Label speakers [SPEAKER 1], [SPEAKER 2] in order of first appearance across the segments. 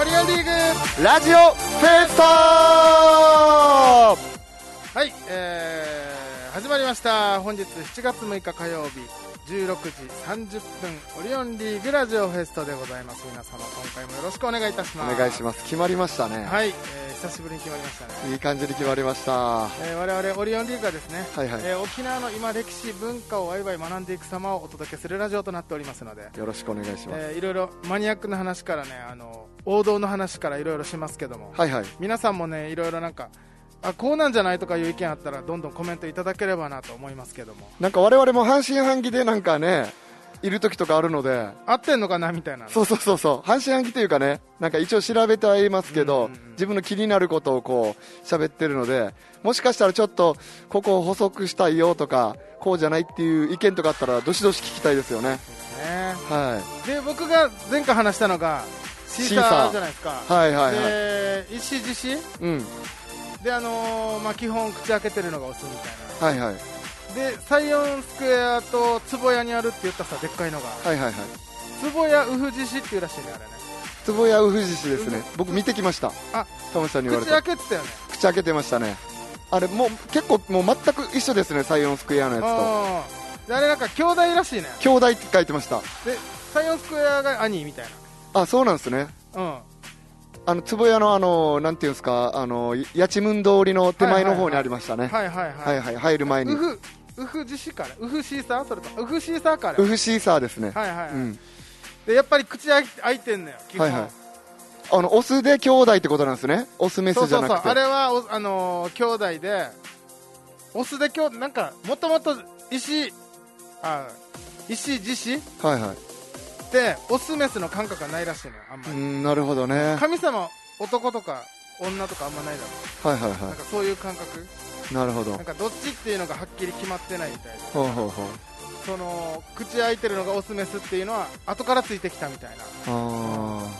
[SPEAKER 1] オリオンリーグ
[SPEAKER 2] ラジオフェスタ
[SPEAKER 1] はい、えー、始まりました本日7月6日火曜日16時30分オリオンリーグラジオフェストでございます皆様今回もよろしくお願いいたします
[SPEAKER 2] お願いし
[SPEAKER 1] ま
[SPEAKER 2] ます決まりましたね、
[SPEAKER 1] はい、えー、久しぶりに決まりましたね、
[SPEAKER 2] い、い感じで決まりましたは
[SPEAKER 1] えー、我々オリオンリーグはですね、
[SPEAKER 2] いはい、
[SPEAKER 1] えー沖縄の今歴史文化をワイワイ学んでいく様をお届けするラジオとなっておりますので
[SPEAKER 2] よろしくお願いします、
[SPEAKER 1] えーいろいろマニアックな話からねあの王道の話からいろいろしますけども、
[SPEAKER 2] はいはい
[SPEAKER 1] 皆さんもねいろいろなんかあこうなんじゃないとかいう意見あったらどんどんコメントいただければなと思いますけども
[SPEAKER 2] なんか我々も半信半疑でなんかねいる時とかあるので
[SPEAKER 1] 合ってんのかなみたいな
[SPEAKER 2] そうそうそうそう半信半疑というかねなんか一応調べてはいますけど、
[SPEAKER 1] うんうんうん
[SPEAKER 2] 自分の気になることをこう喋ってるのでもしかしたらちょっとここを補足したいよとかこうじゃないっていう意見とかあったらどしどし聞きたいですよね
[SPEAKER 1] ね
[SPEAKER 2] はい
[SPEAKER 1] で僕が前回話したのがシーサーじゃないですか、
[SPEAKER 2] はいはいはい、
[SPEAKER 1] で石獅子
[SPEAKER 2] うん
[SPEAKER 1] であのーまあ、基本口開けてるのがオスみたい
[SPEAKER 2] はいはい
[SPEAKER 1] なでサイオンスクエアと壺屋にあるって言ったさでっかいのが
[SPEAKER 2] はいはいはい
[SPEAKER 1] 壺屋ウフジシっていうらしいねあれね
[SPEAKER 2] 坪谷ウフジシですね僕見てきました
[SPEAKER 1] あ
[SPEAKER 2] タモリさんに言われ
[SPEAKER 1] 口
[SPEAKER 2] て
[SPEAKER 1] 開けてたよね
[SPEAKER 2] 口開けてましたねあれもう結構もう全く一緒ですねサイオンスクエアのやつ
[SPEAKER 1] あーであれなんか兄弟らしいね
[SPEAKER 2] と兄弟って書いてました
[SPEAKER 1] でサイオンスクエアが兄みたい
[SPEAKER 2] あそうなんですね
[SPEAKER 1] なうん
[SPEAKER 2] あの坪谷のあのなんていうんですかあの八千文通りの手前の方にありましたねはい
[SPEAKER 1] はいはいはい、
[SPEAKER 2] はい入る前に
[SPEAKER 1] ウフウフ自シからウフシーサーそれかウフシーサーから
[SPEAKER 2] ウフシーサーですね
[SPEAKER 1] はいはい、はい
[SPEAKER 2] うん
[SPEAKER 1] でやっぱり口開い開いてんのよ基本、
[SPEAKER 2] はいはいあのオスで兄弟ってことなんですねオスメ
[SPEAKER 1] そ
[SPEAKER 2] ス
[SPEAKER 1] う
[SPEAKER 2] じ
[SPEAKER 1] そ
[SPEAKER 2] ゃ
[SPEAKER 1] う
[SPEAKER 2] な
[SPEAKER 1] そう
[SPEAKER 2] く
[SPEAKER 1] あ
[SPEAKER 2] て
[SPEAKER 1] れはおあのー兄弟でオスで兄弟なんかもともと石あ石自シっ
[SPEAKER 2] はいはい
[SPEAKER 1] てオスメスの感覚がないらしいのよあんま
[SPEAKER 2] う
[SPEAKER 1] り、
[SPEAKER 2] んなるほどねはい
[SPEAKER 1] 神様男とか女とかあんまないだろ
[SPEAKER 2] はい
[SPEAKER 1] なん
[SPEAKER 2] は
[SPEAKER 1] かそういう感覚
[SPEAKER 2] いなるほど
[SPEAKER 1] なんかどっちっていうのがはっきり決まってないみたいな
[SPEAKER 2] ほうほうほう
[SPEAKER 1] その口開いてるのがオスメスっていうのは後からついてきたみたいな
[SPEAKER 2] ああ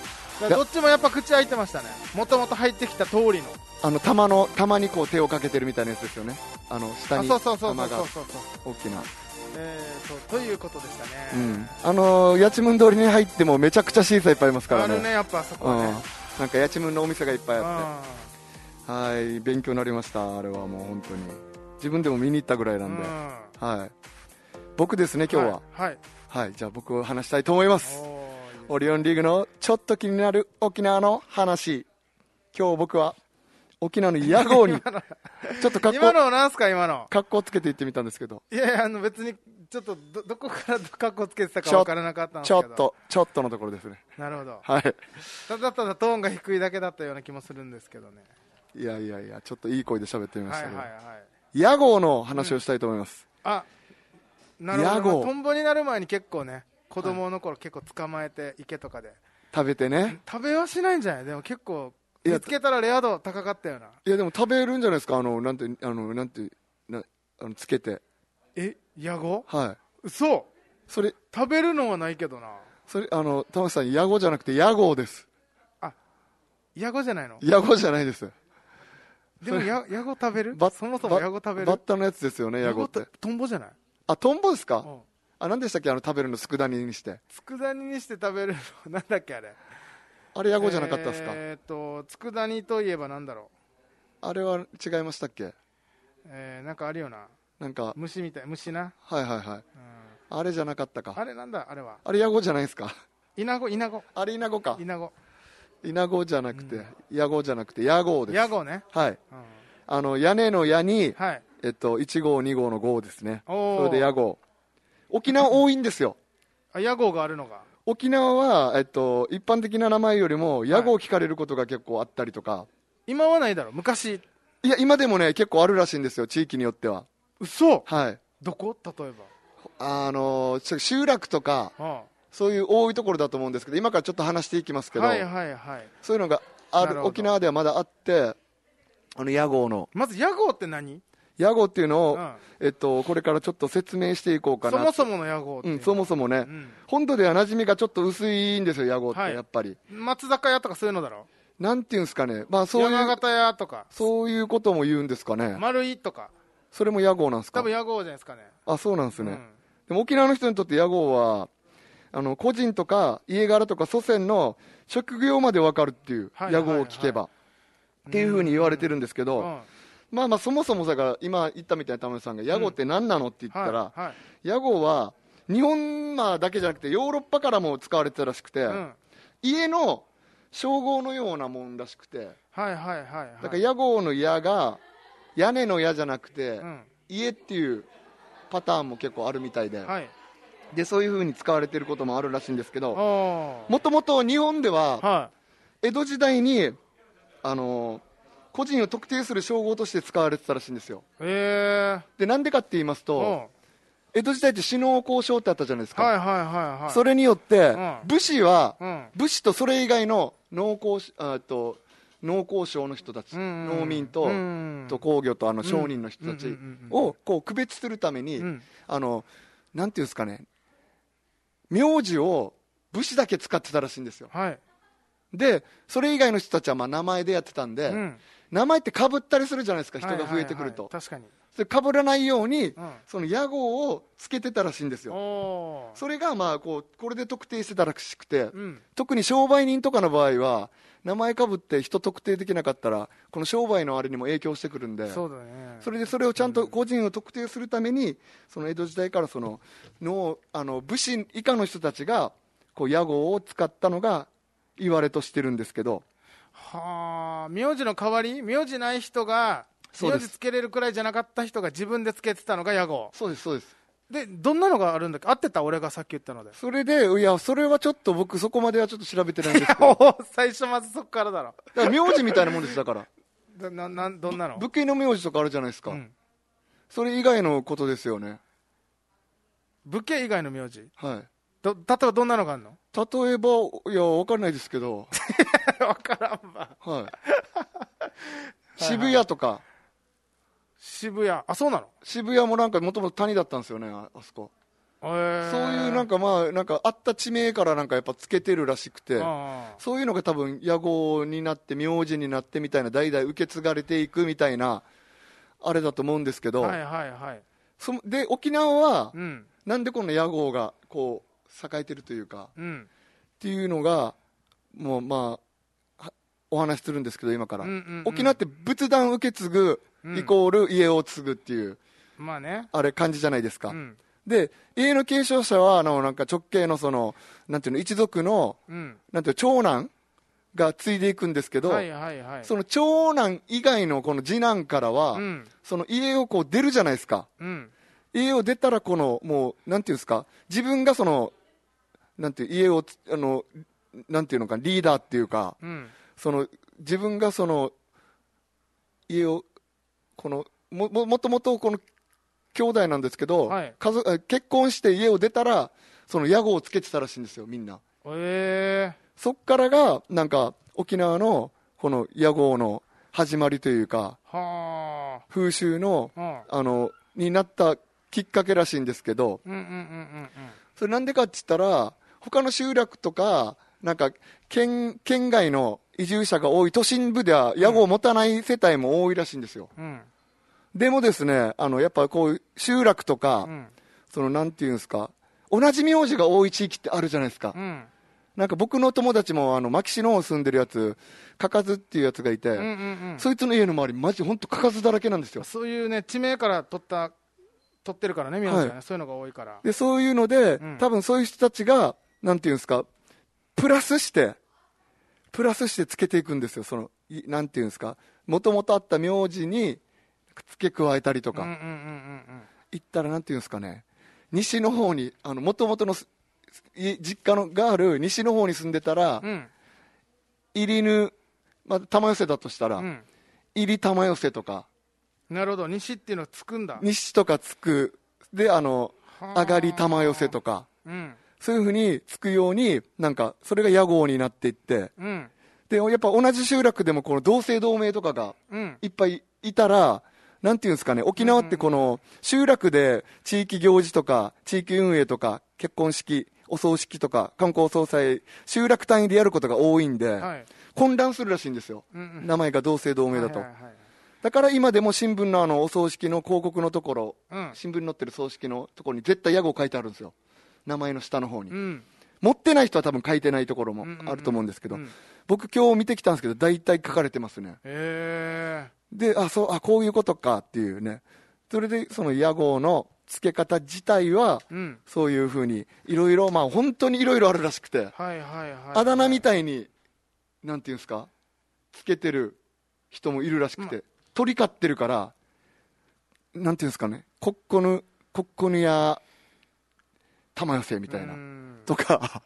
[SPEAKER 1] だからどっちもやっぱ口開いてましたねもともと入ってきた通りの
[SPEAKER 2] あの玉の玉にこう手をかけてるみたいなやつですよね。あの下
[SPEAKER 1] あ
[SPEAKER 2] に
[SPEAKER 1] そうそうそうそう
[SPEAKER 2] 玉
[SPEAKER 1] そ
[SPEAKER 2] が
[SPEAKER 1] うそう
[SPEAKER 2] 大きな。
[SPEAKER 1] えー、そうということでしたね、
[SPEAKER 2] うん。あのー八千文通りに入ってもめちゃくちゃ審査いっぱいありますから
[SPEAKER 1] あ
[SPEAKER 2] ね。
[SPEAKER 1] るねやっぱあそこ
[SPEAKER 2] うん
[SPEAKER 1] はね。
[SPEAKER 2] なんか八千文のお店がいっぱいあ
[SPEAKER 1] あ
[SPEAKER 2] って、はい勉強になりました。あれはもう本当に自分でも見に行ったぐらいなんで、はい。僕ですね今日は。
[SPEAKER 1] はい、はい
[SPEAKER 2] はい。じゃあ僕を話したいと思います。オリオンリーグのちょっと気になる沖縄の話。今日僕は沖縄の屋号 にちょっと
[SPEAKER 1] お
[SPEAKER 2] 格
[SPEAKER 1] ー
[SPEAKER 2] 好
[SPEAKER 1] 今のなんすか今の
[SPEAKER 2] 格好つけて行ってみたんですけど。
[SPEAKER 1] いやいやあの別にちょっとどどこから格好つけてたか分からなかったんです
[SPEAKER 2] ち
[SPEAKER 1] け
[SPEAKER 2] ょ
[SPEAKER 1] ど
[SPEAKER 2] っと、ちょっとのところですね。
[SPEAKER 1] なるほど
[SPEAKER 2] はい。
[SPEAKER 1] ただただトーンが低いだけだったような気もするんですけどね
[SPEAKER 2] いやいやいや、ちょっといい声で喋ってみま
[SPEAKER 1] は
[SPEAKER 2] し
[SPEAKER 1] い
[SPEAKER 2] た
[SPEAKER 1] は
[SPEAKER 2] け
[SPEAKER 1] い
[SPEAKER 2] ど。
[SPEAKER 1] はい
[SPEAKER 2] 屋号の話をしたいと思います。
[SPEAKER 1] あなるほ
[SPEAKER 2] ヤ
[SPEAKER 1] ど、
[SPEAKER 2] ゴ
[SPEAKER 1] まあトンボになる前に結構ね子供の頃結構捕まえて池とかで、
[SPEAKER 2] 食べてね。
[SPEAKER 1] 食べはしないんじゃないでも結構
[SPEAKER 2] いや
[SPEAKER 1] 見つけたらレア度高かったよない
[SPEAKER 2] や、でも食べるんじゃないですか。あの、なんて、あの、なんて、なあのつけて。
[SPEAKER 1] えヤゴ
[SPEAKER 2] はい。
[SPEAKER 1] 嘘
[SPEAKER 2] それ、
[SPEAKER 1] 食べるのはないけどな
[SPEAKER 2] それ、あの、玉木さん、屋号じゃなくて、屋号です。
[SPEAKER 1] ヤゴじゃないの
[SPEAKER 2] 屋号じゃないです。
[SPEAKER 1] でもヤヤゴ食べる
[SPEAKER 2] バッ
[SPEAKER 1] そもそもヤゴ食べ
[SPEAKER 2] バッ
[SPEAKER 1] る
[SPEAKER 2] タのやつですよね、屋号って
[SPEAKER 1] と。トンボじゃない
[SPEAKER 2] あ、トンボです
[SPEAKER 1] う
[SPEAKER 2] か
[SPEAKER 1] ん
[SPEAKER 2] あ、なんでしたっけあの、食べるの佃煮にして。
[SPEAKER 1] 佃煮にして食べるのなんだっけあれ
[SPEAKER 2] あれ、屋号じゃなかったですか
[SPEAKER 1] えーっと佃煮といえばなんだろ
[SPEAKER 2] あれは違いましたっけ
[SPEAKER 1] う、えー、なんかあるよな
[SPEAKER 2] なんか、
[SPEAKER 1] 虫みたい虫な、
[SPEAKER 2] はいはいはい。
[SPEAKER 1] うん、
[SPEAKER 2] あれじゃなかったか。
[SPEAKER 1] あれなんだあれは
[SPEAKER 2] あれ、屋号じゃないですか
[SPEAKER 1] イナゴイナゴ
[SPEAKER 2] あれイナゴか
[SPEAKER 1] イナゴ
[SPEAKER 2] イナゴじゃなくて、ヤゴじゃなくてヤゴです
[SPEAKER 1] ヤゴね、
[SPEAKER 2] はい
[SPEAKER 1] うん、
[SPEAKER 2] あの屋根の屋に、
[SPEAKER 1] はい
[SPEAKER 2] えっと、1号2号の号ですね
[SPEAKER 1] おー
[SPEAKER 2] それでヤゴ沖縄多いんですよ
[SPEAKER 1] あ屋号があるのが
[SPEAKER 2] 沖縄は、えっと、一般的な名前よりもヤゴを聞かれることが結構あったりとか、
[SPEAKER 1] 今はないだろ昔
[SPEAKER 2] い、や今でもね結構あるらしいんですよ地域によっては
[SPEAKER 1] 嘘
[SPEAKER 2] はい
[SPEAKER 1] どこ例え
[SPEAKER 2] あのちょ集落とか
[SPEAKER 1] ば、
[SPEAKER 2] そういう多いところだと思うんですけど今からちょっと話していきますけ
[SPEAKER 1] うん、
[SPEAKER 2] ど、
[SPEAKER 1] はいはいはい
[SPEAKER 2] そういうのがあ
[SPEAKER 1] なるほ
[SPEAKER 2] る
[SPEAKER 1] ど
[SPEAKER 2] 沖縄ではまだあってあの屋号の
[SPEAKER 1] まず屋号って何、
[SPEAKER 2] 屋号っていうのを、
[SPEAKER 1] うん
[SPEAKER 2] えっと、これからちょっと説明していこうか
[SPEAKER 1] そ
[SPEAKER 2] な。
[SPEAKER 1] もそもの屋号って
[SPEAKER 2] う、
[SPEAKER 1] いうん
[SPEAKER 2] そもそもね、
[SPEAKER 1] ん
[SPEAKER 2] 本土では馴染みがちょっと薄いんですよ、屋号って、
[SPEAKER 1] はい
[SPEAKER 2] やっぱり。
[SPEAKER 1] 松坂屋とかそういうのだろ
[SPEAKER 2] なんていうんですかね、まあそう
[SPEAKER 1] 山
[SPEAKER 2] いう、
[SPEAKER 1] 形屋とか
[SPEAKER 2] そういうことも言うんですかね。
[SPEAKER 1] 丸井とか
[SPEAKER 2] それも屋号なんです
[SPEAKER 1] 多
[SPEAKER 2] か
[SPEAKER 1] 分屋号じゃないですかね
[SPEAKER 2] あ、そうなんですね。
[SPEAKER 1] うん
[SPEAKER 2] でも沖縄の人にとって屋号は、あの個人とか家柄とか祖先の職業まで分かるっていう、
[SPEAKER 1] はい
[SPEAKER 2] 屋号を聞けば、っていうふうに言われてるんですけど、
[SPEAKER 1] うんはい
[SPEAKER 2] まあまあそもそもだから今言ったみたいな田村さんが屋号って何なのって言ったら、
[SPEAKER 1] はい
[SPEAKER 2] 屋号は日本まあだけじゃなくてヨーロッパからも使われてたらしくて、
[SPEAKER 1] うん
[SPEAKER 2] 家の称号のようなもんらしくて
[SPEAKER 1] はいはいはい
[SPEAKER 2] だから屋号の屋が屋根の屋じゃなくて、
[SPEAKER 1] うん
[SPEAKER 2] 家っていうパターンも結構あるみたいで,、
[SPEAKER 1] はい
[SPEAKER 2] でそういうふうに使われてることもあるらしいんですけど
[SPEAKER 1] おー
[SPEAKER 2] もともと日本では
[SPEAKER 1] は
[SPEAKER 2] 江戸時代にあのー個人を特定する称号として使われてたらしいんですよ
[SPEAKER 1] いえ
[SPEAKER 2] でなんでかって言います
[SPEAKER 1] ー
[SPEAKER 2] と
[SPEAKER 1] お
[SPEAKER 2] 江戸時代って死能交渉ってあったじゃないです
[SPEAKER 1] ー
[SPEAKER 2] か、
[SPEAKER 1] はいはいはいはい
[SPEAKER 2] それによって、
[SPEAKER 1] うん
[SPEAKER 2] 武士は、
[SPEAKER 1] うん
[SPEAKER 2] 武士とそれ以外の農耕しあーっと農耕商の人たち、
[SPEAKER 1] うんうん
[SPEAKER 2] 農民と,、
[SPEAKER 1] うん
[SPEAKER 2] と工業とあの商人の人た
[SPEAKER 1] うん
[SPEAKER 2] ち
[SPEAKER 1] うんうんうん
[SPEAKER 2] をこう区別するために、
[SPEAKER 1] うん
[SPEAKER 2] あのなんていうんですかね名字を武士だけ使ってたらしいんですよ
[SPEAKER 1] はい
[SPEAKER 2] でそれ以外の人たちはまあ名前でやってたんで、
[SPEAKER 1] うん
[SPEAKER 2] 名前ってかぶったりするじゃないですか人が増えてくる
[SPEAKER 1] は
[SPEAKER 2] と、
[SPEAKER 1] いはいはい確かに
[SPEAKER 2] それかぶらないように、
[SPEAKER 1] ん
[SPEAKER 2] その屋号をつけてたらしいんですよ
[SPEAKER 1] おー
[SPEAKER 2] それがまあこうこれで特定してたらしくて、
[SPEAKER 1] うん
[SPEAKER 2] 特に商売人とかの場合は名前かぶって人特定できなかったらこの商売のあれにも影響してくるんで
[SPEAKER 1] そうだね
[SPEAKER 2] それでそれをちゃんと個人を特定するためにその江戸時代からそののあの武士以下の人たちがこう屋号を使ったのが言われとしてるんですけど
[SPEAKER 1] はあ名字の代わり名字ない人が
[SPEAKER 2] そう
[SPEAKER 1] 名
[SPEAKER 2] です
[SPEAKER 1] 字つけれるくらいじゃなかった人が自分でつけてたのが屋号
[SPEAKER 2] そうですそうです
[SPEAKER 1] でどんなのがあるんだっけ合ってた俺がさっき言ったので
[SPEAKER 2] それでいやそれはちょっと僕そこまではちょっと調べてないん ですけ ど
[SPEAKER 1] おー最初まずそこからだろ
[SPEAKER 2] だから名字みたいなもんですだから
[SPEAKER 1] だななんどんなの
[SPEAKER 2] 武家の名字とかあるじゃないですか、
[SPEAKER 1] うん
[SPEAKER 2] それ以外のことですよね
[SPEAKER 1] 武家以外の名字
[SPEAKER 2] はい
[SPEAKER 1] ど例えばどんなのがあ るの
[SPEAKER 2] 例えばいやわかんないですけど
[SPEAKER 1] わからん わ
[SPEAKER 2] はい、渋谷とか、
[SPEAKER 1] 渋谷あそうなの
[SPEAKER 2] 渋谷もなんかもともと谷だったんですよね、ああそこ、
[SPEAKER 1] そうい
[SPEAKER 2] そういうなん
[SPEAKER 1] か
[SPEAKER 2] かまあ、なんかあった地名からなんかやっぱつけてるらしくて、
[SPEAKER 1] あ
[SPEAKER 2] そういうのが多分屋号になって、名字になってみたいな、代々受け継がれていくみたいな、あれだと思うんですけ
[SPEAKER 1] あ
[SPEAKER 2] ど、
[SPEAKER 1] はいはいはい
[SPEAKER 2] そので沖縄は、
[SPEAKER 1] うん
[SPEAKER 2] なんでこの屋号がこう栄えてるというか、
[SPEAKER 1] うん
[SPEAKER 2] っていうのが、もうまあ、はお話しするんですけど、今から。
[SPEAKER 1] うんうんうん
[SPEAKER 2] 沖縄って仏壇受け継ぐ、
[SPEAKER 1] うん
[SPEAKER 2] イコール家を継ぐっていう、
[SPEAKER 1] まあね
[SPEAKER 2] あれ、感じじゃないですか。
[SPEAKER 1] うん
[SPEAKER 2] で、家の継承者は、あの、なんか直系のその、なんていうの、一族の、
[SPEAKER 1] うん
[SPEAKER 2] なんていうの、長男が継いでいくんですけど、
[SPEAKER 1] はいはいはい
[SPEAKER 2] その長男以外のこの次男からは、
[SPEAKER 1] うん
[SPEAKER 2] その家をこう出るじゃないですか。
[SPEAKER 1] うん
[SPEAKER 2] 家を出たらこのもうなんていうんですか自分がそのなんていう家をつあのなんていうのかリーダーっていうか
[SPEAKER 1] うん
[SPEAKER 2] その自分がその家をこのもももともとこの兄弟なんですけど、
[SPEAKER 1] はい
[SPEAKER 2] 家族あ結婚して家を出たらその屋号をつけてたらしいんですよみんな
[SPEAKER 1] え
[SPEAKER 2] そっからがなんか沖縄のこの屋号の始まりというか
[SPEAKER 1] えは
[SPEAKER 2] 風習の
[SPEAKER 1] あうん
[SPEAKER 2] あのになったきっかけらしいんですけど
[SPEAKER 1] うんうんうん
[SPEAKER 2] それなんでかって言ったら、他の集落とか、なんか県県外の移住者が多い都心部では、屋号を持たない世帯も多いらしいんですよ。
[SPEAKER 1] うんうん
[SPEAKER 2] でもですね、あのやっぱこういう集落とか、
[SPEAKER 1] うん
[SPEAKER 2] そのなんていうんですか、同じ名字が多い地域ってあるじゃないですか。
[SPEAKER 1] うん
[SPEAKER 2] なんか僕の友達も、あの牧師の方住んでるやつ、かかずっていうやつがいて、
[SPEAKER 1] うんうん
[SPEAKER 2] そいつの家の周り、マジ本当、かかずだらけなんです
[SPEAKER 1] う
[SPEAKER 2] よ
[SPEAKER 1] ん。そういうね地名から取った取ってるからね名字はね、
[SPEAKER 2] はい
[SPEAKER 1] そういうのが多いから
[SPEAKER 2] で、そういうので、
[SPEAKER 1] うん
[SPEAKER 2] 多分そういう人たちが、なんていうんですか、プラスして、プラスしてつけていくんですよ、その、いなんていうんですか、もともとあった名字に付け加えたりと
[SPEAKER 1] うんうんう
[SPEAKER 2] か、
[SPEAKER 1] んうん
[SPEAKER 2] 行ったらなんていうんですかね、西の方に、あの、もともとのすい実家のがある西の方に住んでたら
[SPEAKER 1] う、ん
[SPEAKER 2] 入りぬ、まあ、玉寄せだとしたら、
[SPEAKER 1] うんうん
[SPEAKER 2] 入り玉寄せとか、
[SPEAKER 1] なるほど西っていうのはつくんだ
[SPEAKER 2] 西とかつく、で、あの、
[SPEAKER 1] はあ
[SPEAKER 2] 上がり玉寄せとか、
[SPEAKER 1] うん
[SPEAKER 2] そういうふうにつくように、なんか、それが屋号になっていって、
[SPEAKER 1] うん
[SPEAKER 2] で、やっぱ同じ集落でもこの同姓同名とかが
[SPEAKER 1] うん
[SPEAKER 2] いっぱいいたら、なんていうんですかね、沖縄ってこの集落で地域行事とか、地域運営とか、結婚式、お葬式とか、観光総裁、集落単位でやることが多いんで、
[SPEAKER 1] はい
[SPEAKER 2] 混乱するらしいんですよ。
[SPEAKER 1] うんうん
[SPEAKER 2] 名前が同姓同名だと
[SPEAKER 1] はい。はいはい
[SPEAKER 2] だから今でも新聞のあの、お葬式の広告のところ、
[SPEAKER 1] うん
[SPEAKER 2] 新聞に載ってる葬式のところに絶対屋号書いてあるんですよ。名前の下の方に
[SPEAKER 1] う。ん
[SPEAKER 2] 持ってない人は多分書いてないところも
[SPEAKER 1] うんうんうん
[SPEAKER 2] あると思うんですけど、
[SPEAKER 1] うん
[SPEAKER 2] 僕今日見てきたんですけど、大体書かれてますね。
[SPEAKER 1] え
[SPEAKER 2] で、あ、そう、あ、こういうことかっていうね。それで、その屋号の付け方自体は、
[SPEAKER 1] えうん
[SPEAKER 2] そういうふうに、いろいろ、まあ本当にいろいろあるらしくて、
[SPEAKER 1] はいはいはい
[SPEAKER 2] あだ名みたいに、なんていうんですか、付けてる人もいるらしくて、鳥飼ってるから、なんていうんですかね、コッコヌ、コッコヌや玉寄せみたいな。
[SPEAKER 1] うん
[SPEAKER 2] とか、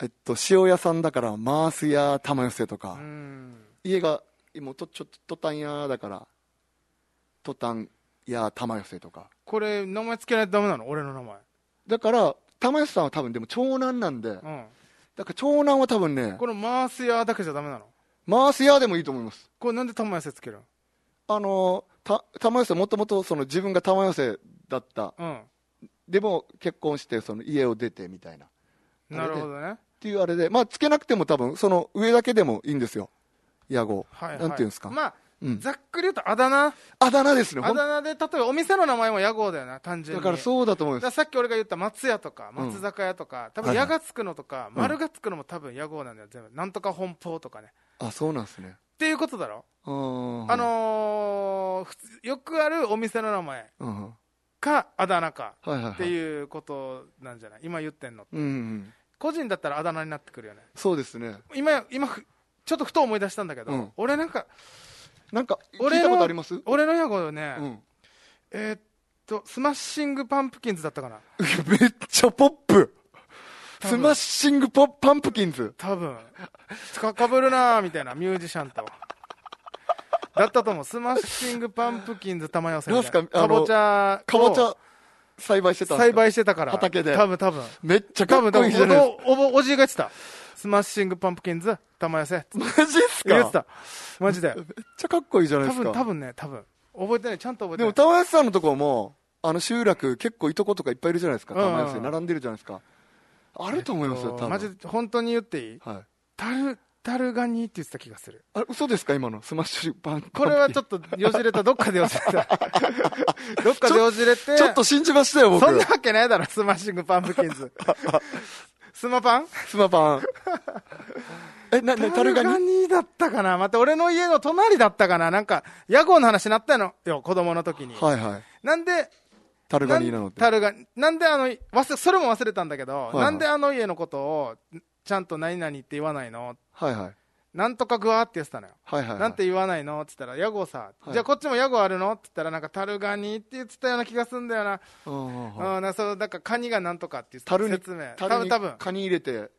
[SPEAKER 2] えっと、塩屋さんだから、マースや玉寄せとか、
[SPEAKER 1] うん
[SPEAKER 2] 家が、もうと、ちょっと、トタン屋だから、トタンや玉寄せとか。
[SPEAKER 1] これ名前つけないとダメなの俺の名前
[SPEAKER 2] だから、玉寄せさんは多分でも長男なんで、だか
[SPEAKER 1] う
[SPEAKER 2] ら長男は多分ね
[SPEAKER 1] ん、 この回すやだけじゃダメなの
[SPEAKER 2] マースやでもいいと思います。
[SPEAKER 1] これなんで玉寄せつけるの
[SPEAKER 2] あのー、た、玉寄せ、もともとその自分が玉寄せだった。
[SPEAKER 1] うん
[SPEAKER 2] でも結婚して、その家を出てみたいな。っ
[SPEAKER 1] なるほどね
[SPEAKER 2] ていうあれで、まあ、つけなくても多分、その上だけでもいいんですよ。屋号。
[SPEAKER 1] はい、はい、
[SPEAKER 2] なんていうんですか。
[SPEAKER 1] まあ、
[SPEAKER 2] うん
[SPEAKER 1] ざっくり言うとあだ名
[SPEAKER 2] あだ名ですね、ほ
[SPEAKER 1] あ
[SPEAKER 2] んだ
[SPEAKER 1] だ名で例えばお店の名前も屋号だよな単純に
[SPEAKER 2] からそうだと思
[SPEAKER 1] だ
[SPEAKER 2] いま
[SPEAKER 1] から
[SPEAKER 2] す。
[SPEAKER 1] さっき俺が言った松屋とか
[SPEAKER 2] うん
[SPEAKER 1] 松坂屋とか、多分
[SPEAKER 2] はいはい
[SPEAKER 1] 屋がつくのとか、
[SPEAKER 2] ん
[SPEAKER 1] 丸がつくのも多分屋号なんだよ全部なんとか本舗とかね
[SPEAKER 2] あ、そうなんですね。
[SPEAKER 1] っていうことだろ、
[SPEAKER 2] あの
[SPEAKER 1] あのー普通よくあるお店の名前
[SPEAKER 2] うん、はい
[SPEAKER 1] かあだ名か
[SPEAKER 2] はいはい。
[SPEAKER 1] って
[SPEAKER 2] う。
[SPEAKER 1] いうことなんじゃない今言ってんの
[SPEAKER 2] んうん、
[SPEAKER 1] 個人だったらあだ名になってくるよね
[SPEAKER 2] そうですね。
[SPEAKER 1] 今今ふちょっとふと思い出したんだけど、
[SPEAKER 2] うん
[SPEAKER 1] 俺なんか
[SPEAKER 2] なんか、聞
[SPEAKER 1] 俺
[SPEAKER 2] い
[SPEAKER 1] の
[SPEAKER 2] たことありますう
[SPEAKER 1] 俺の屋号ね、
[SPEAKER 2] ん。
[SPEAKER 1] えーっとスマッシングパンプキンズだったかな
[SPEAKER 2] めっちゃポップ
[SPEAKER 1] 多
[SPEAKER 2] ス
[SPEAKER 1] 分
[SPEAKER 2] マッシングポッパンプキンズ
[SPEAKER 1] 多分かかぶるなーみたいなミュージシャンとだったと思うスマッシングパンプキンズ玉寄せみたい
[SPEAKER 2] なんすかあ
[SPEAKER 1] か
[SPEAKER 2] の
[SPEAKER 1] ぼちゃ
[SPEAKER 2] かぼち
[SPEAKER 1] を
[SPEAKER 2] ゃ栽培してたんです
[SPEAKER 1] 栽
[SPEAKER 2] か
[SPEAKER 1] 培してたから
[SPEAKER 2] 畑で
[SPEAKER 1] 多分多分
[SPEAKER 2] めっちゃか
[SPEAKER 1] 多
[SPEAKER 2] っ
[SPEAKER 1] 分
[SPEAKER 2] こ
[SPEAKER 1] 多
[SPEAKER 2] いいじゃないで
[SPEAKER 1] 分おぼおじいが言ってたスマッシングパンプキンズ玉寄せって
[SPEAKER 2] すか。マジっすか
[SPEAKER 1] 言ってたマジで
[SPEAKER 2] めっちゃかっこいいじゃない
[SPEAKER 1] 多
[SPEAKER 2] ですか。
[SPEAKER 1] 分多分ね多分覚えてないちゃんと覚えて
[SPEAKER 2] で
[SPEAKER 1] な
[SPEAKER 2] も、
[SPEAKER 1] い
[SPEAKER 2] 玉安さんのとこも、あの集落、結構いとことかいっぱいいるじゃないですか。
[SPEAKER 1] うん
[SPEAKER 2] 玉安で並んでるじゃないですか。あると思いますよ、多分。
[SPEAKER 1] マジで本当に言っていい
[SPEAKER 2] はい。
[SPEAKER 1] タルタルガニって言ってた気がする
[SPEAKER 2] あれ、嘘ですか今の。スマッシュパン
[SPEAKER 1] これはちょっとよじれたどっかでよじ れたどっかでよじれて
[SPEAKER 2] ちょっと信じましたよ、僕。
[SPEAKER 1] そんなわけないだろスマッシングパンプキンズスマパン
[SPEAKER 2] スマ パン。え、な、な、タルガニ
[SPEAKER 1] ニだったかなまた俺の家の隣だったかななんか屋号の話になったのよ子供の時に、
[SPEAKER 2] はいはい。
[SPEAKER 1] なんで
[SPEAKER 2] タルガニ
[SPEAKER 1] ん
[SPEAKER 2] なのって。
[SPEAKER 1] タルガニなんであの忘れそれも忘れたんだけど、
[SPEAKER 2] いはい
[SPEAKER 1] なんであの家のことをちゃんと何々って言わないの
[SPEAKER 2] はいはい。
[SPEAKER 1] なんとかグワーって言ってたのよ
[SPEAKER 2] はいはいはい。
[SPEAKER 1] なんて言わないのって言ったら、屋号さ、
[SPEAKER 2] はい
[SPEAKER 1] じゃあこっちも屋号あるのって言ったら、なんか、タルガニって言ってたような気がすんだよな。
[SPEAKER 2] うんうんうん
[SPEAKER 1] うん、なそう、なんか、カニがなんとかっていう
[SPEAKER 2] タルに
[SPEAKER 1] 説明。多
[SPEAKER 2] タル
[SPEAKER 1] 分、
[SPEAKER 2] に
[SPEAKER 1] 多分、
[SPEAKER 2] カニ入れて、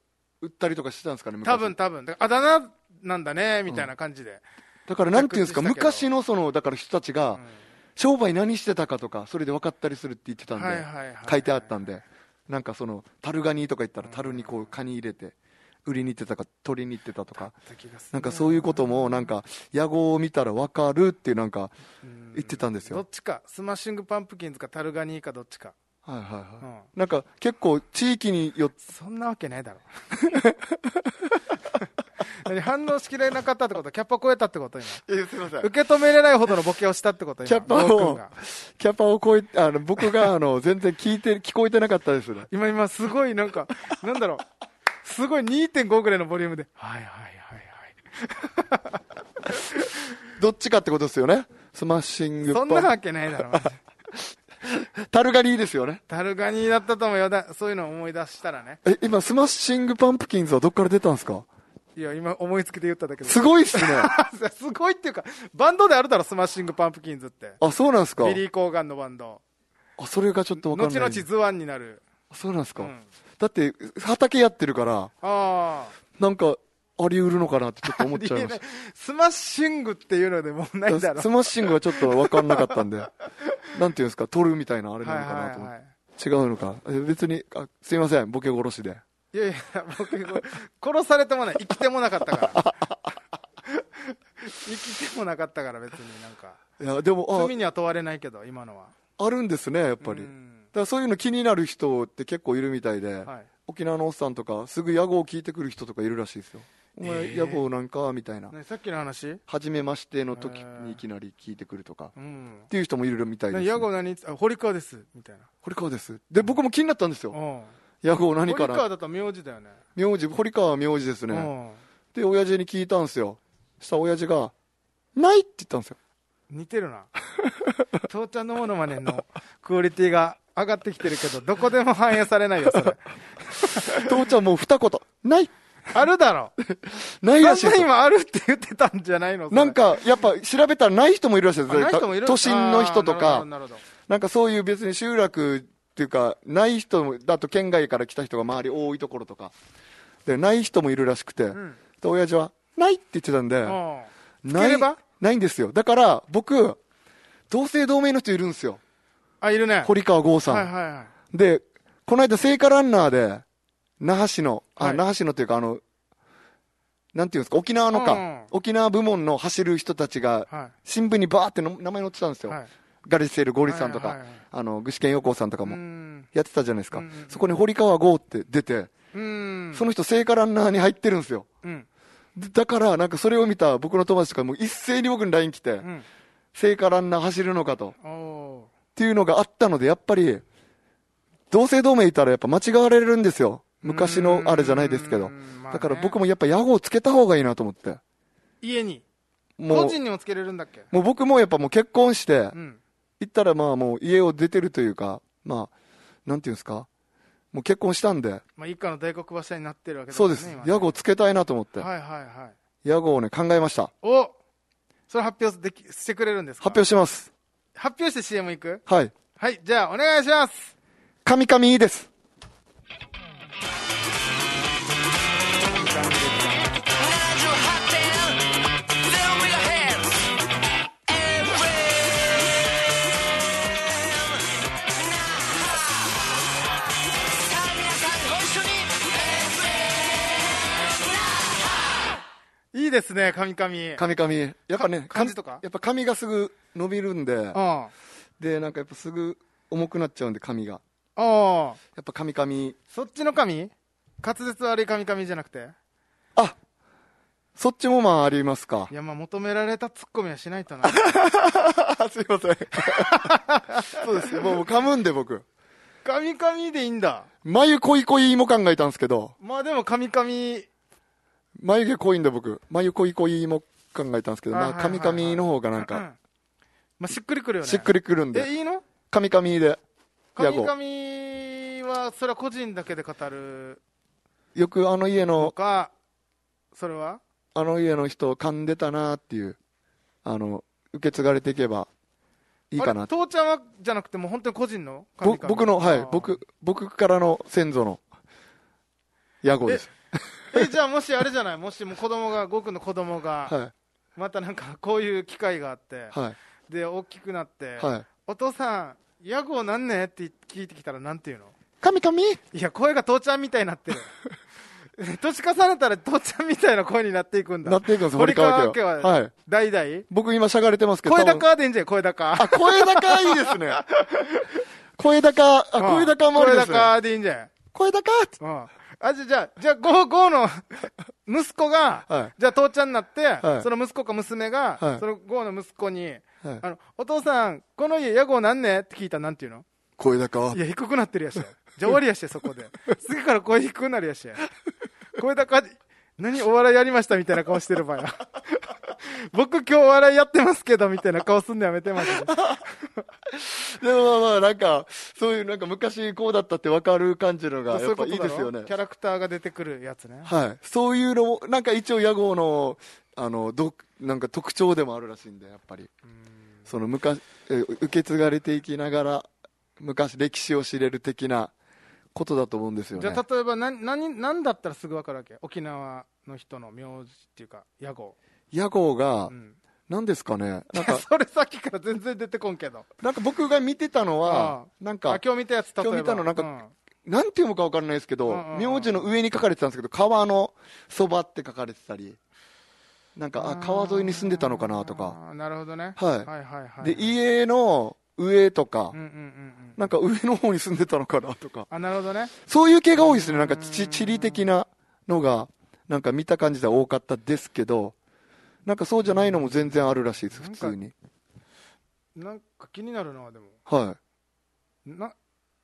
[SPEAKER 2] 売ったりとかしてたんですかね、昔
[SPEAKER 1] 多分、。多分。だからあだ名なんだね、みたいな感じで。
[SPEAKER 2] だから、なんていうんですか、
[SPEAKER 1] 着地したけど
[SPEAKER 2] 昔のその、だから人たちが、商売何してたかとか、それで分かったりするって言ってたん
[SPEAKER 1] はいはいはい
[SPEAKER 2] で
[SPEAKER 1] はい、
[SPEAKER 2] 書いてあったんで、なんかその、タルガニとか言ったら、タルにこう、カニ入れて、売りに行ってたか、取りに行ってたとか、なんかそういうことも、なんか、野号を見たら分かるって、なんか、言ってたんです
[SPEAKER 1] どっ
[SPEAKER 2] よ。
[SPEAKER 1] ちか、スマッシングパンプキンズかタルガニかどっちか。
[SPEAKER 2] はいはいうはい。
[SPEAKER 1] ん。
[SPEAKER 2] なんか結構地域によって、
[SPEAKER 1] そんなわけないだろ。 何反応しきれなかったってことキャパ超えたってこと今。
[SPEAKER 2] すみません。
[SPEAKER 1] 受け止めれないほどのボケをしたってこと今。
[SPEAKER 2] キャパ
[SPEAKER 1] ゴーくん
[SPEAKER 2] を
[SPEAKER 1] が、
[SPEAKER 2] キャパを超えて、あの、僕が、あの、全然聞いて、聞こえてなかったですね。
[SPEAKER 1] 今今すごいなんかなんだろうすごい2.5ぐらいのボリュームではいはいはい
[SPEAKER 2] どっちかってことですよね。スマッシング
[SPEAKER 1] はいそん
[SPEAKER 2] パ
[SPEAKER 1] な
[SPEAKER 2] ン。
[SPEAKER 1] わけないだろマジで
[SPEAKER 2] タルガニですよね。
[SPEAKER 1] タルガニだったと思うよだそういうの思い出したらね
[SPEAKER 2] え、今、スマッシングパンプキンズはどっから出たんですか
[SPEAKER 1] いや今思いつきで言っただけです
[SPEAKER 2] ごい っすね。
[SPEAKER 1] すごいっていうかバンドであるだろスマッシングパンプキンズって
[SPEAKER 2] あ、そうなんですか
[SPEAKER 1] ビリー・コーガンのバンド
[SPEAKER 2] あ、それがちょっとわかん
[SPEAKER 1] 後
[SPEAKER 2] ない。
[SPEAKER 1] 々ズワンになる
[SPEAKER 2] あそうなんですか、
[SPEAKER 1] うん
[SPEAKER 2] だって、畑やってるから、
[SPEAKER 1] ああ
[SPEAKER 2] なんか、あり得るのかなってちょっと思っちゃいまし
[SPEAKER 1] スマッシングっていうのでもうないだ
[SPEAKER 2] た。
[SPEAKER 1] ろ
[SPEAKER 2] スマッシングはちょっとわかんなかった んで、なんていうんですか、取るみたいなあれな
[SPEAKER 1] はい
[SPEAKER 2] のか
[SPEAKER 1] は
[SPEAKER 2] なと
[SPEAKER 1] い
[SPEAKER 2] 思っ
[SPEAKER 1] はい
[SPEAKER 2] て。違うのか。え別にあ、すいません、ボケ殺しで。
[SPEAKER 1] いやいや、僕、殺されてもない、生きてもなかったから。 生きてもなかったから、別になんか。
[SPEAKER 2] いや、でも、
[SPEAKER 1] 罪には問われないけど、今のは。
[SPEAKER 2] あ、あるんですね、やっぱり。
[SPEAKER 1] う
[SPEAKER 2] だ
[SPEAKER 1] ん
[SPEAKER 2] からそういうの気になる人って結構いるみたいで、
[SPEAKER 1] はい。
[SPEAKER 2] 沖縄のおっさんとか、すぐ屋号を聞いてくる人とかいるらしいですよ。お前、
[SPEAKER 1] えー
[SPEAKER 2] 屋号なんかみたいな。
[SPEAKER 1] ねさっきの話
[SPEAKER 2] 初めましての時
[SPEAKER 1] へー
[SPEAKER 2] にいきなり聞いてくるとか、っ
[SPEAKER 1] うん。
[SPEAKER 2] ていう人もいるみたいです、
[SPEAKER 1] ね
[SPEAKER 2] ね。
[SPEAKER 1] 矢後何あ、堀川です、みたいな。
[SPEAKER 2] 堀川です。で、僕も気になったんですよ。
[SPEAKER 1] うん。
[SPEAKER 2] 屋号何
[SPEAKER 1] 堀
[SPEAKER 2] か
[SPEAKER 1] 川
[SPEAKER 2] な
[SPEAKER 1] だったら名字だよね
[SPEAKER 2] 名字堀川は名字です
[SPEAKER 1] う
[SPEAKER 2] ね
[SPEAKER 1] ん
[SPEAKER 2] で親父に聞いたんですよしたら親父が「ない!」って言ったんですよ
[SPEAKER 1] 似てるな 父ちゃんのものまねのクオリティが上がってきてるけどどこでも反映されないよそ れ
[SPEAKER 2] 父ちゃんもう二言「ない
[SPEAKER 1] あるだろ
[SPEAKER 2] ないらしい
[SPEAKER 1] そん
[SPEAKER 2] で
[SPEAKER 1] な
[SPEAKER 2] すよ
[SPEAKER 1] 今あるって言ってたんじゃないのそれ
[SPEAKER 2] なんかやっぱ調べたらない人もいるらしいです
[SPEAKER 1] あない人もいる
[SPEAKER 2] 都心の人と
[SPEAKER 1] あー
[SPEAKER 2] か
[SPEAKER 1] なるほどなる
[SPEAKER 2] なんかそういう別に集落っていうか、ない人もだと県外から来た人が周り多いところとか、でない人もいるらしくて、
[SPEAKER 1] ほどうん
[SPEAKER 2] で親父は、ないって言ってたんで、
[SPEAKER 1] うん
[SPEAKER 2] な
[SPEAKER 1] つけれ
[SPEAKER 2] い
[SPEAKER 1] ば
[SPEAKER 2] ないんですよ。だから僕、同姓同名の人いるんですよ。
[SPEAKER 1] あいるね
[SPEAKER 2] 堀川剛さん。
[SPEAKER 1] はいはいはい
[SPEAKER 2] で、この間聖火ランナーで、那覇市の、あ、
[SPEAKER 1] はい
[SPEAKER 2] 那覇市のっていうかあの、なんていうんですか、沖縄のか、
[SPEAKER 1] うん
[SPEAKER 2] 沖縄部門の走る人たちが、
[SPEAKER 1] は
[SPEAKER 2] 新聞にバーっての名前載ってたんです
[SPEAKER 1] い
[SPEAKER 2] よ。
[SPEAKER 1] はい
[SPEAKER 2] ガリセール・ゴリさんとか、
[SPEAKER 1] はいはいはい
[SPEAKER 2] あの、具志堅横尾さんとか
[SPEAKER 1] う
[SPEAKER 2] も、
[SPEAKER 1] ん
[SPEAKER 2] やってたじゃないですか、
[SPEAKER 1] うんうんうん
[SPEAKER 2] そこに堀川剛って出て、
[SPEAKER 1] うん
[SPEAKER 2] その人、聖火ランナーに入ってるんですよ、
[SPEAKER 1] うん
[SPEAKER 2] でだから、なんかそれを見た僕の友達とか、もう一斉に僕に LINE 来て、
[SPEAKER 1] うん
[SPEAKER 2] 聖火ランナー走るのかと、っ
[SPEAKER 1] おお
[SPEAKER 2] ていうのがあったので、やっぱり、同姓同名いたら、やっぱ間違われるんですよ、
[SPEAKER 1] ー
[SPEAKER 2] 昔のあれじゃないですけ
[SPEAKER 1] う
[SPEAKER 2] ど、
[SPEAKER 1] んまあね
[SPEAKER 2] だから僕もやっぱ屋号つけた方がいいなと思って、
[SPEAKER 1] 家に
[SPEAKER 2] も
[SPEAKER 1] 個
[SPEAKER 2] う
[SPEAKER 1] 人にもつけれるんだっけ
[SPEAKER 2] もう僕もやっぱもう結婚して
[SPEAKER 1] う、ん
[SPEAKER 2] 行ったら、まあもう家を出てるというか、まあ、なんていうんですか、もう結婚したんで、
[SPEAKER 1] まあ一家の大黒柱になってるわけだ
[SPEAKER 2] そ
[SPEAKER 1] も
[SPEAKER 2] うん
[SPEAKER 1] ね
[SPEAKER 2] です
[SPEAKER 1] 今、ね
[SPEAKER 2] 屋号つけたいなと思って。
[SPEAKER 1] はいはいはい
[SPEAKER 2] 屋号をね、考えました。
[SPEAKER 1] おそれ発表できしてくれるんですか
[SPEAKER 2] 発表します。
[SPEAKER 1] 発表して CM 行く
[SPEAKER 2] はい。
[SPEAKER 1] はい、じゃあお願いします
[SPEAKER 2] カミカミです。
[SPEAKER 1] いいですね、カミカミ。
[SPEAKER 2] カミカミ。やっぱね、
[SPEAKER 1] 漢字とか
[SPEAKER 2] やっぱ髪がすぐ伸びるんで
[SPEAKER 1] う、ん。
[SPEAKER 2] で、なんかやっぱすぐ重くなっちゃうんで、髪が。
[SPEAKER 1] おー
[SPEAKER 2] やっぱカミカミ。
[SPEAKER 1] そっちの髪滑舌悪いカミカミじゃなくて
[SPEAKER 2] あそっちもまあありますか
[SPEAKER 1] い。や、まあ求められたツッコミはしないとな。
[SPEAKER 2] あ、すいません。 そうですね。もうもう噛むんで僕。
[SPEAKER 1] カミカミでいいんだ。
[SPEAKER 2] 眉濃い濃い芋感がいたんですけど、
[SPEAKER 1] まあでもカミカミ、
[SPEAKER 2] 眉毛濃いんで僕。眉濃い濃い芋感がいたんですけど、
[SPEAKER 1] はい
[SPEAKER 2] ま
[SPEAKER 1] は
[SPEAKER 2] あ
[SPEAKER 1] いはい
[SPEAKER 2] カミカミの方がなん
[SPEAKER 1] うん
[SPEAKER 2] か、
[SPEAKER 1] まあしっくりくるよね。
[SPEAKER 2] しっくりくるん
[SPEAKER 1] え、
[SPEAKER 2] で、
[SPEAKER 1] いいの
[SPEAKER 2] カミカミで、
[SPEAKER 1] カ
[SPEAKER 2] 屋
[SPEAKER 1] ミ
[SPEAKER 2] 号
[SPEAKER 1] カ。ミは、それは個人だけで語る
[SPEAKER 2] よくあの家の
[SPEAKER 1] のか、それは
[SPEAKER 2] あの家の人噛んでたなっていう、あの、受け継がれていけばいいか
[SPEAKER 1] あ
[SPEAKER 2] な
[SPEAKER 1] れ
[SPEAKER 2] と。
[SPEAKER 1] 父ちゃんは、じゃなくてもう本当に個人のカ
[SPEAKER 2] ぼ
[SPEAKER 1] ミカミ
[SPEAKER 2] 僕の、は
[SPEAKER 1] あ
[SPEAKER 2] い
[SPEAKER 1] ー、
[SPEAKER 2] 僕、僕からの先祖の屋号です。
[SPEAKER 1] え、じゃあもしあれじゃないもしもう子供が、ゴくんの子供が、
[SPEAKER 2] は
[SPEAKER 1] またなんかこういう機会があって
[SPEAKER 2] い、、はい、
[SPEAKER 1] で、大きくなって、
[SPEAKER 2] はい。
[SPEAKER 1] お父さん、屋号なんねって聞いてきたらなんて言うの
[SPEAKER 2] 神々
[SPEAKER 1] いや、声が父ちゃんみたいになってる。 年重ねたら父ちゃんみたいな声になっていくんだ。
[SPEAKER 2] なっていくんです、
[SPEAKER 1] 堀
[SPEAKER 2] 堀
[SPEAKER 1] 川
[SPEAKER 2] 川
[SPEAKER 1] 家
[SPEAKER 2] 家
[SPEAKER 1] は
[SPEAKER 2] は。はい。
[SPEAKER 1] 代々
[SPEAKER 2] 僕今しゃがれてますけど。
[SPEAKER 1] 声
[SPEAKER 2] 多分
[SPEAKER 1] 高でいいんじゃない声高。
[SPEAKER 2] あ、声高いいで すね。声高、あ、
[SPEAKER 1] うん
[SPEAKER 2] 声高もありです
[SPEAKER 1] 声
[SPEAKER 2] ね。
[SPEAKER 1] 高でいいんじゃない
[SPEAKER 2] 声高
[SPEAKER 1] うん。あ、じゃあ、じゃあ、じゃあ、ゴーゴーの息子が、
[SPEAKER 2] はい
[SPEAKER 1] じゃあ父ちゃんになって、
[SPEAKER 2] はい
[SPEAKER 1] その息子か娘が、
[SPEAKER 2] はい
[SPEAKER 1] そのゴーの息子に、
[SPEAKER 2] はい
[SPEAKER 1] あの、お父さん、この家、屋号なんねって聞いたらなんて言うの
[SPEAKER 2] 声高
[SPEAKER 1] い。や、低くなってるやし。じゃあ終わりやし、そこで。 次から声低くなるやし。声高い、何お笑いやりましたみたいな顔してる場合は。 僕今日お笑いやってますけど、みたいな顔すんのやめてます。
[SPEAKER 2] でもまあまあ、なんか、そういうなんか昔こうだったってわかる感じのが、
[SPEAKER 1] そう
[SPEAKER 2] や
[SPEAKER 1] いう
[SPEAKER 2] っぱ
[SPEAKER 1] こと
[SPEAKER 2] いいですよね
[SPEAKER 1] キ。ャラクターが出てくるやつね。
[SPEAKER 2] はい、そういうのも、なんか一応、屋号のあのどなんか特徴でもあるらしいんで、やっぱり、その昔えー受け継がれていきながら、昔、歴史を知れる的なことだと思うんですよ
[SPEAKER 1] じ
[SPEAKER 2] ね。
[SPEAKER 1] ゃあ例えば何、何、何だったらすぐわかるわけ沖縄の人の名字っていうか、屋号。
[SPEAKER 2] 屋号が
[SPEAKER 1] う、ん。
[SPEAKER 2] なんですかね、なん
[SPEAKER 1] いや
[SPEAKER 2] か
[SPEAKER 1] それさっきから全然出てこんけど。
[SPEAKER 2] なんか僕が見てたの
[SPEAKER 1] ああ
[SPEAKER 2] は、なん
[SPEAKER 1] あ
[SPEAKER 2] か、
[SPEAKER 1] 今日見たやつ、例えば。
[SPEAKER 2] 今日見たのなんか
[SPEAKER 1] うん
[SPEAKER 2] なんて読むか分かんないですけど、
[SPEAKER 1] うんうんうん
[SPEAKER 2] 名字の上に書かれてたんですけど、川のそばって書かれてたり、なんか、
[SPEAKER 1] あ
[SPEAKER 2] あ
[SPEAKER 1] ー
[SPEAKER 2] 川沿いに住んでたのかなとか、。
[SPEAKER 1] あーなるほどね。
[SPEAKER 2] はい
[SPEAKER 1] はいはいはい。
[SPEAKER 2] で家の上とか
[SPEAKER 1] うん、うんうんうん。
[SPEAKER 2] なんか上の方に住んでたのかなとか。
[SPEAKER 1] あ、なるほどね。
[SPEAKER 2] そういう系が多いですね。なんか
[SPEAKER 1] うん
[SPEAKER 2] 地、地理的なのが、なんか見た感じでは多かったですけど、なんかそうじゃないのも全然あるらしいです、
[SPEAKER 1] なん
[SPEAKER 2] 普
[SPEAKER 1] か
[SPEAKER 2] 通に。
[SPEAKER 1] なんか気になるのはでも、
[SPEAKER 2] は
[SPEAKER 1] な、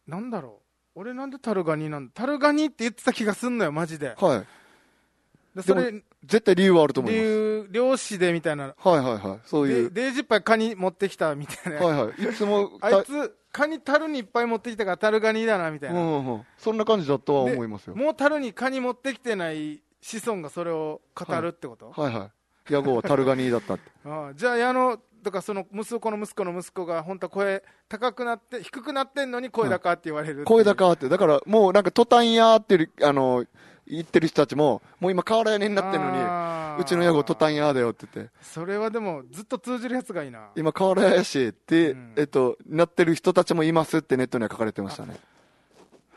[SPEAKER 1] なんだろう。俺なんでタルガニなんだタルガニって言ってた気がすんのよマジで
[SPEAKER 2] はい。
[SPEAKER 1] でそれ
[SPEAKER 2] 絶対理由はあると思
[SPEAKER 1] 理
[SPEAKER 2] います。
[SPEAKER 1] 由漁師でみたいな
[SPEAKER 2] はいはいはい。そうい
[SPEAKER 1] で
[SPEAKER 2] う。
[SPEAKER 1] デイジいっぱいカニ持ってきたみたいな、
[SPEAKER 2] はいはい。いつも、
[SPEAKER 1] あいつカニ樽にいっぱい持ってきたから樽ガニだなみた
[SPEAKER 2] た
[SPEAKER 1] いうな、
[SPEAKER 2] んうんうん。そんな感じだとは
[SPEAKER 1] で
[SPEAKER 2] 思いますよ。
[SPEAKER 1] もう樽にカニ持ってきてない子孫がそれを語るってこと、
[SPEAKER 2] はいはい。屋号はタルガニだった って。
[SPEAKER 1] ああじゃあ矢野とかその息子の息子の息子が本当は声高くなって低くなってんのに声高って言われるっていう
[SPEAKER 2] 声高って。だからもうなんかトタン屋っていう、あの、言ってる人たちも、もう今瓦屋根になってるの
[SPEAKER 1] ああ
[SPEAKER 2] に、うちの屋号トタン屋だよって言って、
[SPEAKER 1] それはでもずっと通じるやつがいいな
[SPEAKER 2] 今瓦屋やしって、
[SPEAKER 1] うん
[SPEAKER 2] えっと、なってる人たちもいますってネットには書かれてましたね。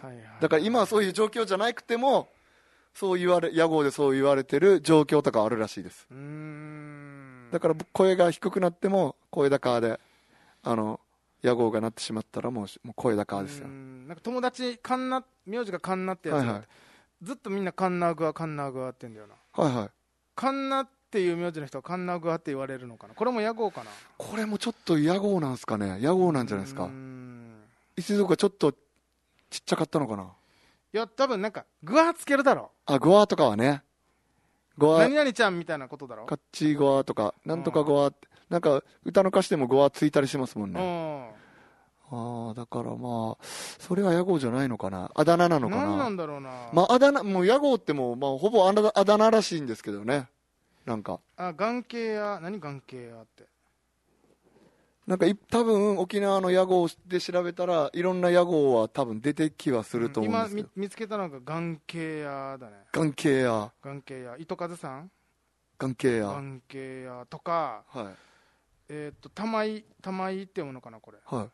[SPEAKER 1] はいはい
[SPEAKER 2] だから今はそういう状況じゃなくても、そう言われ、屋号でそう言われてる状況とかあるらしいです。
[SPEAKER 1] うーん
[SPEAKER 2] だから僕声が低くなっても声高であの屋号が鳴ってしまったらもうしもう声高ですよ
[SPEAKER 1] うーんなんか友達カンナ名字がカンナってやつがあって、
[SPEAKER 2] はいはい
[SPEAKER 1] ずっとみんなカンナグアカンナグアって言うんだよな
[SPEAKER 2] はいはい
[SPEAKER 1] カンナっていう名字の人はカンナグアって言われるのかなこれも屋号かな
[SPEAKER 2] これもちょっと屋号なんですかね屋号なんじゃないです
[SPEAKER 1] う
[SPEAKER 2] か
[SPEAKER 1] ーん
[SPEAKER 2] 一族がちょっとちっちゃかったのかない
[SPEAKER 1] や多分なんかグアつけるだろ
[SPEAKER 2] あゴアとかはねゴア
[SPEAKER 1] 何々ちゃんみたいなことだろ
[SPEAKER 2] カッチーゴアとかなんとかゴアってなんか歌の歌詞でもゴアついたりしますもん
[SPEAKER 1] う
[SPEAKER 2] ね
[SPEAKER 1] ん
[SPEAKER 2] ああだからまあそれは屋号じゃないのかなあだ名なのか
[SPEAKER 1] 何な
[SPEAKER 2] なん
[SPEAKER 1] だろうな、
[SPEAKER 2] まああだ名もう屋号ってもうまあほぼあだあだ名らしいんですけどねなんか
[SPEAKER 1] あ眼形や何眼形やって
[SPEAKER 2] なんかい多分沖縄の屋号で調べたらいろんな屋号は多分出てきはすると思うんですけど
[SPEAKER 1] 今、み見つけたのが眼形やだね
[SPEAKER 2] 眼形や
[SPEAKER 1] 眼形や糸数さん
[SPEAKER 2] 眼形やはい
[SPEAKER 1] 眼形やとかえっ、と玉井玉井って読むのかなこれ
[SPEAKER 2] はい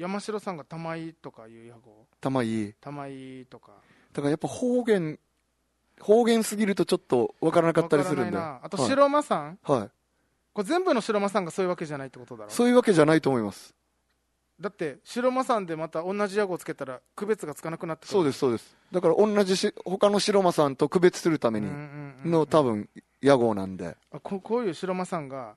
[SPEAKER 1] 山城さんが玉井とかいう屋号
[SPEAKER 2] 玉いい
[SPEAKER 1] 玉井とか
[SPEAKER 2] だからやっぱ方言方言すぎるとちょっとわからなかったりするん
[SPEAKER 1] わ
[SPEAKER 2] で
[SPEAKER 1] からないなあと
[SPEAKER 2] はい
[SPEAKER 1] 白間さん、
[SPEAKER 2] はい
[SPEAKER 1] これ全部の白間さんがそういうわけじゃないってことだろ
[SPEAKER 2] そういうわけじゃないと思います
[SPEAKER 1] だって白間さんでまた同じ屋号つけたら区別がつかなくなってくる
[SPEAKER 2] そうですそうですだから同じし他の白間さんと区別するために
[SPEAKER 1] うんうんうんうん
[SPEAKER 2] の多分屋号なんで
[SPEAKER 1] あここういう白間さんが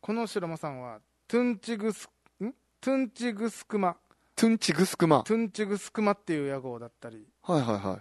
[SPEAKER 1] この白間さんはトゥンチグスんトゥンチグスクマ
[SPEAKER 2] トゥンチグスクマ
[SPEAKER 1] トゥンチグスクマっていう屋号だったり
[SPEAKER 2] はいはいはい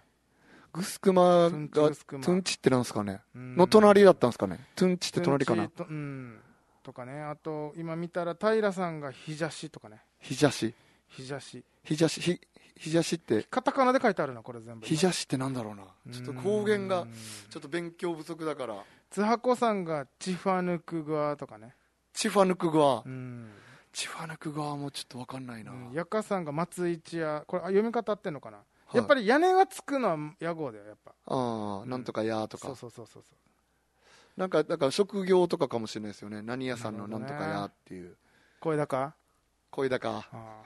[SPEAKER 2] グスクマが
[SPEAKER 1] トゥンチ
[SPEAKER 2] ト
[SPEAKER 1] グスクマ
[SPEAKER 2] ゥンチってなんですかね
[SPEAKER 1] うん
[SPEAKER 2] の隣だったんですかねトゥンチって隣か
[SPEAKER 1] トゥ
[SPEAKER 2] な
[SPEAKER 1] ンチとうんとかねあと今見たら平さんがひじゃしとかね
[SPEAKER 2] ひじゃし
[SPEAKER 1] ひじゃし
[SPEAKER 2] ひじゃし、ひ、ひじゃしって、
[SPEAKER 1] カタカナで書いてあるなこれ全部
[SPEAKER 2] ひじゃしってなんだろうな。ちょっと方言が、ちょっと勉強不足だから。
[SPEAKER 1] 津箱さんがチファヌクグアとかね
[SPEAKER 2] チファヌク語は
[SPEAKER 1] う、ん
[SPEAKER 2] チファヌク語はもうちょっとわかんないな。
[SPEAKER 1] うんヤカさんが松一屋これあ読み方合ってんのかな、
[SPEAKER 2] い
[SPEAKER 1] やっぱり屋根がつくのは屋号だよやっぱ
[SPEAKER 2] ああ、なんとかやーと
[SPEAKER 1] そう
[SPEAKER 2] か。
[SPEAKER 1] そうそうそうそう
[SPEAKER 2] なんか、だから職業とかかもしれないですよね。何屋さんのなんとかやーっていう。
[SPEAKER 1] 声高
[SPEAKER 2] 声高。
[SPEAKER 1] ああ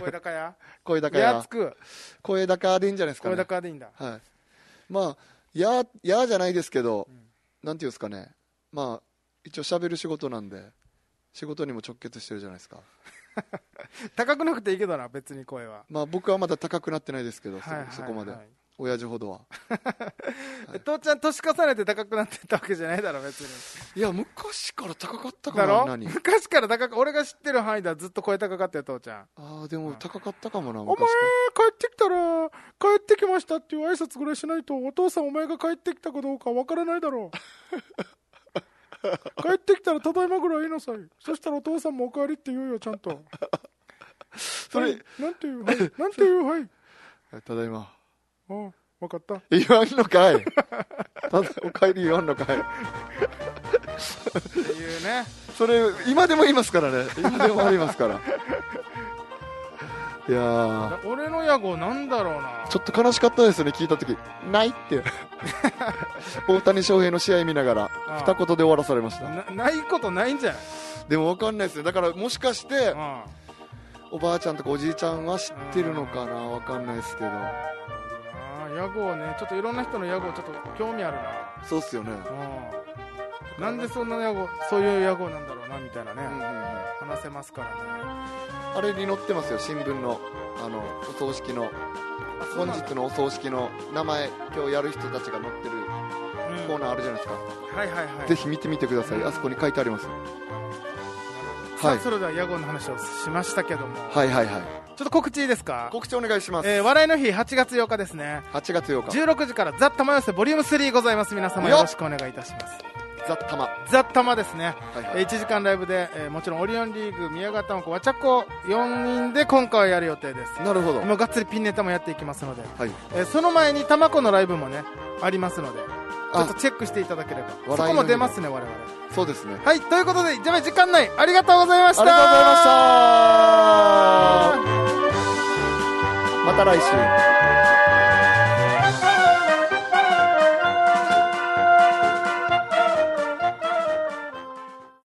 [SPEAKER 1] 声高や
[SPEAKER 2] 声高
[SPEAKER 1] や
[SPEAKER 2] や
[SPEAKER 1] つ。く
[SPEAKER 2] 声高でいいんじゃないですか
[SPEAKER 1] 声
[SPEAKER 2] ね。
[SPEAKER 1] 高でいいんだ
[SPEAKER 2] はい。まあ、やー、やーじゃないですけど
[SPEAKER 1] ん、
[SPEAKER 2] なんていうんですかね。まあ、一応喋る仕事なんで、仕事にも直結してるじゃないですか。
[SPEAKER 1] 高くなくていいけどな別に声は
[SPEAKER 2] まあ僕はまだ高くなってないですけど、そ
[SPEAKER 1] はいはいはい
[SPEAKER 2] そこまで。親父 ほどは。
[SPEAKER 1] え父ちゃん年重ねて高くなってったわけじゃないだろ別に
[SPEAKER 2] いや、昔から高かった
[SPEAKER 1] だ
[SPEAKER 2] か
[SPEAKER 1] ろ
[SPEAKER 2] な、何。
[SPEAKER 1] 昔から高く俺が知ってる範囲ではずっと声高かったよ父ちゃん
[SPEAKER 2] ああ、でも高かったかもな、
[SPEAKER 1] お前
[SPEAKER 2] 昔
[SPEAKER 1] 帰
[SPEAKER 2] か
[SPEAKER 1] ってきたら帰ってきましたっていう挨拶ぐらいしないとお父さんお前が帰ってきたかどうかわからないだろ う帰ってきたらただいまぐらい言いなさいそしたらお父さんもお帰りって言うよちゃんと
[SPEAKER 2] それ
[SPEAKER 1] はいなんて言うはいなんて言うはい
[SPEAKER 2] ら。ただいま。
[SPEAKER 1] ああ分かった
[SPEAKER 2] 言わんのかい。 ただ、お帰り言わんのかい。
[SPEAKER 1] っていうね
[SPEAKER 2] それ、今でも言いますからね。今でもありますから。いやー。
[SPEAKER 1] 俺の屋号なんだろうな
[SPEAKER 2] ちょっと悲しかったですね、聞いたとき。ない って。大谷翔平の試合見ながら、
[SPEAKER 1] あ
[SPEAKER 2] 二言で終わらされました。
[SPEAKER 1] なないことないんじゃない
[SPEAKER 2] でもわかんないですね。だからもしかして、
[SPEAKER 1] ああ
[SPEAKER 2] おばあちゃんとかおじいちゃんは知ってるのかなわかんないですけど
[SPEAKER 1] ああ屋号ねちょっといろんな人の屋号ちょっと興味あるな
[SPEAKER 2] そうっすよね
[SPEAKER 1] うんなんでそんな屋号そういう屋号なんだろうなみたいなね、
[SPEAKER 2] うんうんうんあ
[SPEAKER 1] 話せますからね
[SPEAKER 2] れに載ってますよ新聞のあのお葬式の本日のお葬式の名前今日やる人たちが載ってるコーナーあるじゃないですか、
[SPEAKER 1] はいはいはい
[SPEAKER 2] ぜひ見てみてくださいあそこに書いてあります
[SPEAKER 1] さあ
[SPEAKER 2] はい
[SPEAKER 1] それでは屋号の話をしましたけども、
[SPEAKER 2] はいはいはい
[SPEAKER 1] ちょっと告知いいですか、
[SPEAKER 2] 告知お願いします。
[SPEAKER 1] えー笑いの日8月8日ですね
[SPEAKER 2] 8月8日、
[SPEAKER 1] 16時から「ザ・玉寄せボリューム3ございます皆様よろしくお願いいたします
[SPEAKER 2] ザ・タマ。
[SPEAKER 1] ザ・玉ですね、
[SPEAKER 2] はいは
[SPEAKER 1] えー1時間ライブで、えーもちろんオリオンリーグ宮川玉子和茶子4人で今回はやる予定です
[SPEAKER 2] い。なるほど。は
[SPEAKER 1] 今がっつりピンネタもやっていきますので、
[SPEAKER 2] い。
[SPEAKER 1] えーその前に玉子のライブもねありますのでちょ
[SPEAKER 2] あ
[SPEAKER 1] っとチェックしていただければ
[SPEAKER 2] 笑いの
[SPEAKER 1] そ
[SPEAKER 2] 日
[SPEAKER 1] こも出ますね我々
[SPEAKER 2] そうですね。あり
[SPEAKER 1] はいということでじゃあ時間内ありがとうございました
[SPEAKER 2] がとうございましたまた来週。